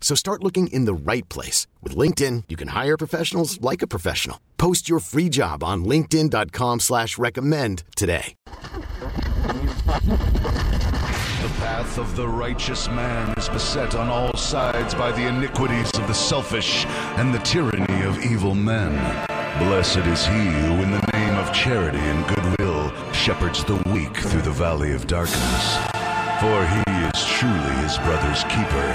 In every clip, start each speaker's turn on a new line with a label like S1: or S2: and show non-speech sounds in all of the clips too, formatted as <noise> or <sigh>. S1: So start looking in the right place. With LinkedIn, you can hire professionals like a professional. Post your free job on linkedin.com slash recommend today.
S2: The path of the righteous man is beset on all sides by the iniquities of the selfish and the tyranny of evil men. Blessed is he who, in the name of charity and goodwill, shepherds the weak through the valley of darkness. For he is truly his brother's keeper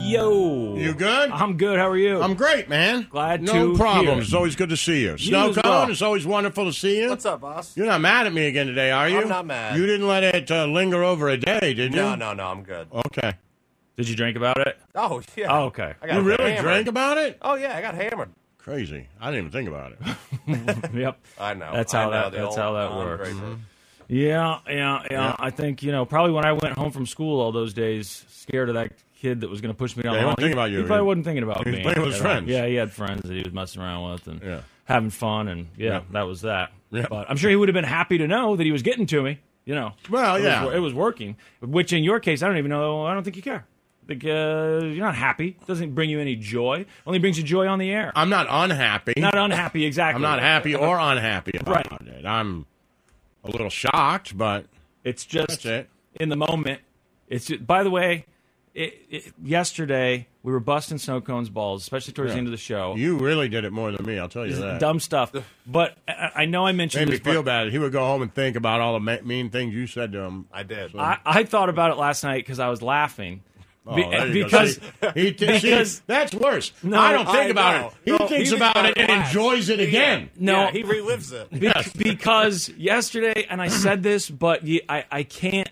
S3: Yo,
S4: you good?
S3: I'm good. How are you?
S4: I'm great, man.
S3: Glad
S4: no
S3: to
S4: problems.
S3: hear.
S4: It's always good to see you.
S3: You
S4: Snow
S3: as
S4: cone.
S3: well.
S4: It's always wonderful to see you.
S5: What's up, boss?
S4: You're not mad at me again today, are you?
S5: I'm not mad.
S4: You didn't let it uh, linger over a day, did you?
S5: No, no, no, I'm good.
S4: Okay.
S3: Did you drink about it?
S5: Oh, yeah.
S3: Oh, okay.
S5: I got
S4: You really
S5: hammered.
S4: drank about it?
S5: Oh, yeah, I got hammered.
S4: Crazy. I didn't even think about it.
S3: yep.
S5: I know.
S3: That's
S5: I
S3: how
S5: know,
S3: that.
S5: the
S3: That's
S5: old
S3: how that
S5: Don
S3: works. Mm-hmm.
S5: Draper.
S3: Yeah, yeah, yeah, I think you know probably when I went home from school all those days, scared of that kid that was going to push me down.
S4: Yeah, he
S3: the hall.
S4: wasn't thinking about you.
S3: He probably
S4: He-
S3: wasn't thinking about
S4: he was
S3: me.
S4: playing with his
S3: at all.
S4: friends.
S3: Yeah, he had friends that he was messing around with and
S4: Yeah.
S3: having fun, and yeah,
S4: Yeah.
S3: that was that.
S4: Yeah.
S3: But I'm sure he would have been happy to know that he was getting to me. You know.
S4: Well,
S3: It was-
S4: yeah.
S3: it was, working. Which in your case, I don't even know. I don't think you care. Like, uh, you're not happy. It doesn't bring you any joy. Only brings you joy on the air.
S4: I'm not unhappy.
S3: not unhappy exactly.
S4: I'm not happy or unhappy about
S3: Right.
S4: it. I'm a little shocked, but
S3: It's just
S4: that's it.
S3: in the moment. It's ju- by the way, it, it, yesterday we were busting snow cones balls, especially towards the
S4: Yeah.
S3: end of the show.
S4: You really did it more than me. I'll tell you that.
S3: Dumb stuff. But I, I know I mentioned
S4: Made me
S3: this. but
S4: feel bad. He would go home and think about all the ma- mean things you said to him.
S5: I did.
S3: I, I thought about it last night because I was laughing.
S4: Oh,
S3: Be-
S4: there you go.
S3: because
S4: See, <laughs> he th-
S3: because-
S4: see, that's worse.
S3: No,
S4: I don't think
S5: I
S4: about
S5: know.
S4: it. He
S5: No,
S4: thinks
S5: he
S4: about
S5: thinks
S4: it
S5: about
S4: and
S5: it.
S4: enjoys it again.
S3: no,
S5: Yeah, he
S3: <laughs>
S5: relives it.
S3: Be- because yesterday, and I said this, but ye- I, I can't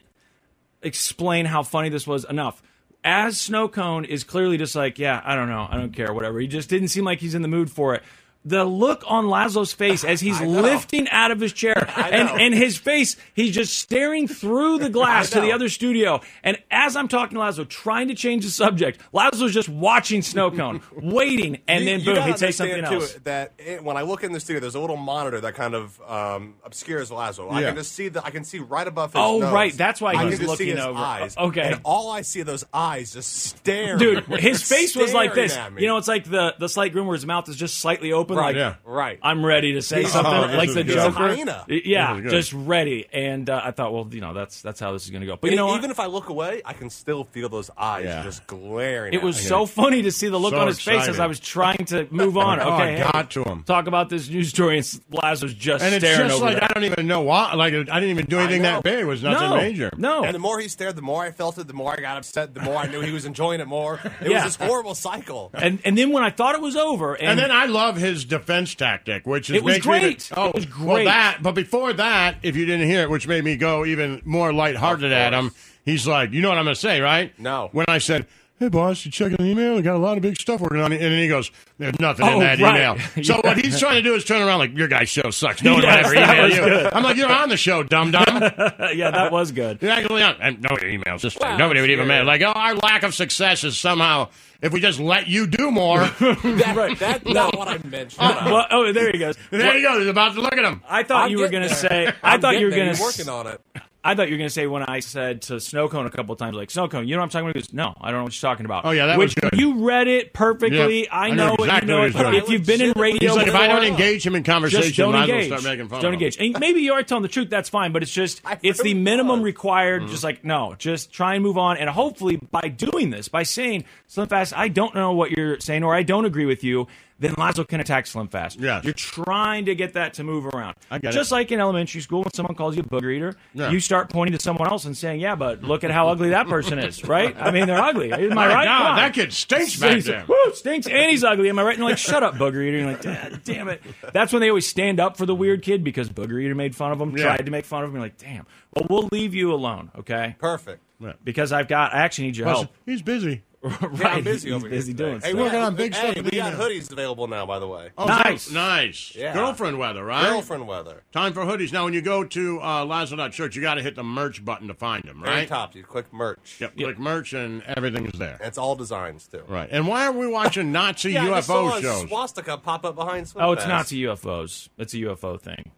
S3: explain how funny this was enough. As Snowcone is clearly just like, yeah, I don't know, I don't care, whatever. He just didn't seem like he's in the mood for it. The look on Lazlo's face as
S5: <laughs>
S3: he's lifting out of his chair and,
S5: know.
S3: and his face, he's just staring
S5: <laughs>
S3: through the glass to the
S5: know.
S3: other studio. And as I'm talking to Lazlo, trying to change the subject, Lazlo's just watching
S5: <laughs>
S3: Snowcone, waiting, and
S5: You-
S3: then
S5: you
S3: boom,
S5: gotta
S3: he takes something
S5: understand, too,
S3: else.
S5: That it, when I look in the studio, there's a little monitor that kind of um, obscures Lazo. I
S4: Yeah.
S5: can just see the. I can see right above his.
S3: Oh,
S5: nose.
S3: right, that's why
S5: I
S3: he's
S5: can just see
S3: looking
S5: his
S3: over.
S5: Eyes,
S3: Okay.
S5: and all I see are those eyes just <laughs> staring.
S3: Dude, his face was like
S5: Staring
S3: this.
S5: at me.
S3: You know, it's like the, the slight grin where his mouth is just slightly open.
S5: right,
S3: like,
S4: yeah.
S5: right.
S3: I'm ready to say
S5: He's-
S3: something
S4: Oh, this
S3: like
S4: is
S3: the
S4: good.
S3: Joker.
S5: Hyena.
S3: Y- Yeah,
S4: This is good.
S3: just ready. And uh, I thought, well, you know, that's that's how this is going to go. But
S5: And
S3: you know,
S5: E-, even
S3: what?
S5: if I look away, I can still feel those eyes
S4: Yeah.
S5: just glaring.
S3: it
S5: at
S3: was
S5: me.
S3: so funny to see the look
S4: So
S3: on his face as
S4: excited.
S3: I was trying to move
S4: <laughs>
S3: on.
S4: Oh,
S3: okay,
S4: I
S3: hey,
S4: got to him.
S3: talk about this news story, and S- Lazarus just
S4: And it's
S3: staring
S4: just
S3: over
S4: like
S3: there.
S4: I don't even know why. Like I didn't even do anything
S5: know.
S4: that big. It was nothing
S3: no,
S4: major.
S3: no.
S5: And the more he stared, the more I felt it, the more I got upset, the more I knew he was enjoying it more. It
S3: Yeah.
S5: was this
S3: <laughs>
S5: horrible cycle.
S3: and and then when I thought it was over, and,
S4: And then I love his defense tactic, which is
S3: It was
S4: makes me-
S3: great.
S4: oh,
S3: It was
S4: Well,
S3: great.
S4: that, but before that, if you didn't hear it, which made me go even more lighthearted at him, he's like, "You know what I'm going to say, right?"
S5: No.
S4: When I said, "Hey, boss, you checking the email? We got a lot of big stuff working on it," and then he goes, "There's nothing
S3: Oh,
S4: in that
S3: right. <laughs>
S4: email." So what he's trying to do is turn around like, "Your guy's show sucks. No one
S3: Yes,
S4: will
S3: <laughs> that
S4: ever email
S3: was
S4: you." I'm like, "You're on the show, dum
S3: <laughs>
S4: dum."
S3: uh, yeah, that
S4: <laughs>
S3: was good.
S4: You're actually on. And no emails. Just nobody would even matter. Like, oh, our lack of success is somehow if we just let you do
S3: <laughs>
S4: more.
S5: That, That's not what I mentioned.
S3: Well, oh, there he goes.
S4: there you go. He's about to look at him.
S3: I thought
S5: I'm
S3: you were
S5: getting
S3: going to
S5: there.
S3: say. I thought you were going
S5: Getting
S3: to
S5: there, working on it.
S3: I thought you were going to say when I said to Snowcone a couple of times, like Snowcone, you know what I'm talking about? He goes, no, I don't know what you're talking about.
S4: Oh, yeah, that
S3: Which
S4: was good.
S3: You read it perfectly.
S4: Yeah, I
S3: I
S4: know
S3: know, it. You
S4: exactly
S3: know
S4: what
S3: it.
S4: he's doing.
S3: If you've been in radio,
S4: He's like, if I
S3: before,
S4: don't engage him in conversation,
S3: just don't
S4: might as well
S3: engage.
S4: start making fun
S3: don't
S4: of him.
S3: engage. And maybe you are telling the truth. That's fine. But it's just
S5: I
S3: it's the
S5: really
S3: minimum
S5: was.
S3: required.
S4: Mm-hmm.
S3: Just like no, just try and move on. And hopefully by doing this, by saying Slim Fast, I don't know what you're saying, or I don't agree with you. then Lazo can attack Slim fast.
S4: Yes.
S3: You're trying to get that to move around.
S4: I get it.
S3: Just like in elementary school, when someone calls you a booger eater,
S4: Yeah.
S3: you start pointing to someone else and saying, yeah, but look at how ugly that person is, right? I mean, they're ugly. Am I
S4: My
S3: right?
S4: God,
S3: Come on.
S4: that kid stinks back
S3: Stinks.
S4: there.
S3: Woo, stinks, and he's ugly. Am I right? And they're like, shut up, Booger Eater. And you're like, "Dad, damn it. That's when they always stand up for the weird kid because Booger Eater made fun of him,
S4: Yeah.
S3: tried to make fun of him. You're like, damn. Well, we'll leave you alone, okay? <laughs>
S5: Perfect.
S3: Because I've got, I actually need your help.
S4: He's busy. <laughs>
S3: <laughs> right.
S5: Yeah, I'm busy
S3: he's
S5: over
S3: busy
S5: here.
S3: doing
S5: hey,
S3: stuff.
S5: we're
S4: Working on big
S5: hey,
S4: stuff
S5: We got
S4: at the
S5: hoodies available now, by the way.
S4: Oh,
S3: Nice.
S4: so- nice.
S5: Yeah.
S4: Girlfriend weather, right?
S5: Girlfriend weather.
S4: Time for hoodies. Now, when you go to uh, Lazo.church, you got to hit the merch button to find them,
S5: Very
S4: right?
S5: top, dude. Quick merch.
S4: Yep, click merch and everything's there.
S5: It's all designs too.
S4: Right. And why are we
S5: <laughs>
S4: watching Nazi
S5: Yeah, I just saw
S4: UFO
S5: a
S4: shows?
S5: swastika pop up behind.
S3: Oh, it's
S5: Swimfest.
S3: Nazi UFOs. It's a UFO thing.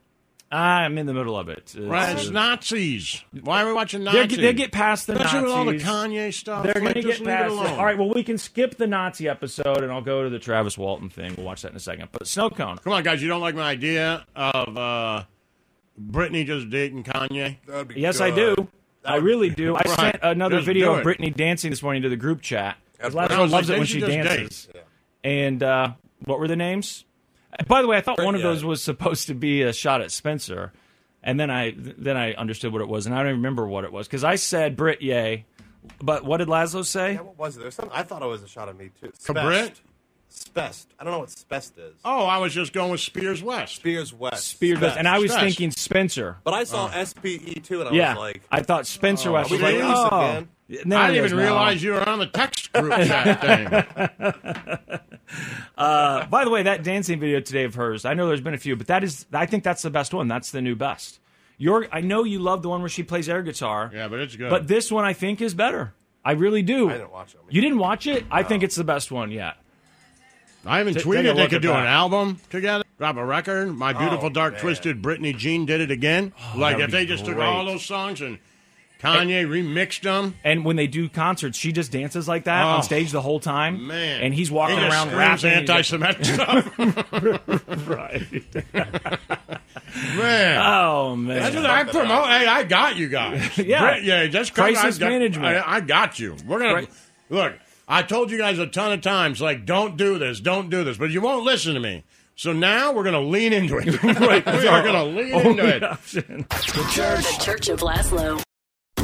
S3: I'm in the middle of it. It's,
S4: Right, it's
S3: uh,
S4: Nazis. Why are we watching
S3: they're-
S4: Nazis?
S3: They get past the
S4: Especially with all the
S3: Nazis.
S4: Kanye stuff.
S3: They're going
S4: like,
S3: to
S4: just
S3: get
S4: leave
S3: past
S4: it
S3: it.
S4: alone.
S3: All right, well, we can skip the Nazi episode, and I'll go to the Travis Walton thing. We'll watch that in a second. But snow cone.
S4: Come on, guys. You don't like my idea of uh, Britney just dating Kanye?
S5: That'd be
S3: Yes, I
S5: good.
S3: do. I really do. I
S4: Right.
S3: sent another
S4: Just
S3: video
S4: do
S3: of
S4: it.
S3: Brittany dancing this morning to the group chat.
S5: That's
S3: Lazo
S4: right.
S3: loves it when
S4: They should
S3: she
S4: just date.
S3: dances. And uh, what were the names? Uh, By the way, I thought one of
S5: yeah.
S3: those was supposed to be a shot at Spencer, and then I then I understood what it was, and I don't even remember what it was because I said Brit yay, but what did Laszlo say?
S5: Yeah, what was it? There's some. I thought it was a shot at me too.
S4: Cabret?
S5: Spest. Spest. I don't know what spest is.
S4: Oh, I was just going with Spears West.
S5: Spears West.
S3: Spear does, and I was
S4: Spence.
S3: thinking Spencer.
S5: But I saw SPE too, and I
S3: Yeah,
S5: was like,
S3: I thought Spencer was
S5: we
S3: like,
S5: doing this
S3: oh.
S5: again?
S3: Yeah, no,
S4: I
S3: he
S4: didn't
S3: goes,
S4: even
S3: no.
S4: realize you were on the text group
S3: <laughs>
S4: chat thing.
S3: By the way, that dancing video today of hers, I know there's been a few, but that is, I think that's the best one. That's the new best. Your, I know you love the one where she plays air guitar.
S4: Yeah, but it's good.
S3: But this one I think is better. I really do. I
S5: didn't watch it.
S3: You didn't watch it? I think it's the best one yet.
S4: I haven't
S3: T- take a
S4: tweeted they
S3: look
S4: could
S3: at
S4: do
S3: that.
S4: an album together, drop a record. My beautiful
S5: Oh,
S4: dark
S5: man.
S4: twisted Britney Jean did it again. like
S3: that'd
S4: if
S3: Oh, be
S4: they just took
S3: great.
S4: all those songs and Kanye remixed them.
S3: And when they do concerts, she just dances like that
S4: Oh,
S3: on stage the whole time.
S4: Man,
S3: And he's walking
S4: He just
S3: around
S4: screams
S3: rapping. and he just- <laughs>
S4: anti-Semitic stuff. <laughs> Man,
S3: Oh, man.
S4: that's what I promote. Hey, I got you guys.
S3: <laughs> Yeah.
S4: Brit- yeah, just 'cause
S3: Crisis
S4: I got,
S3: management.
S4: I, I got you. We're gonna
S3: Right.
S4: look. I told you guys a ton of times, like, don't do this, don't do this, but you won't listen to me. So now we're gonna lean into it. <laughs>
S3: <laughs>
S4: we are gonna lean
S3: Oh,
S4: into it.
S6: The Church of Laszlo.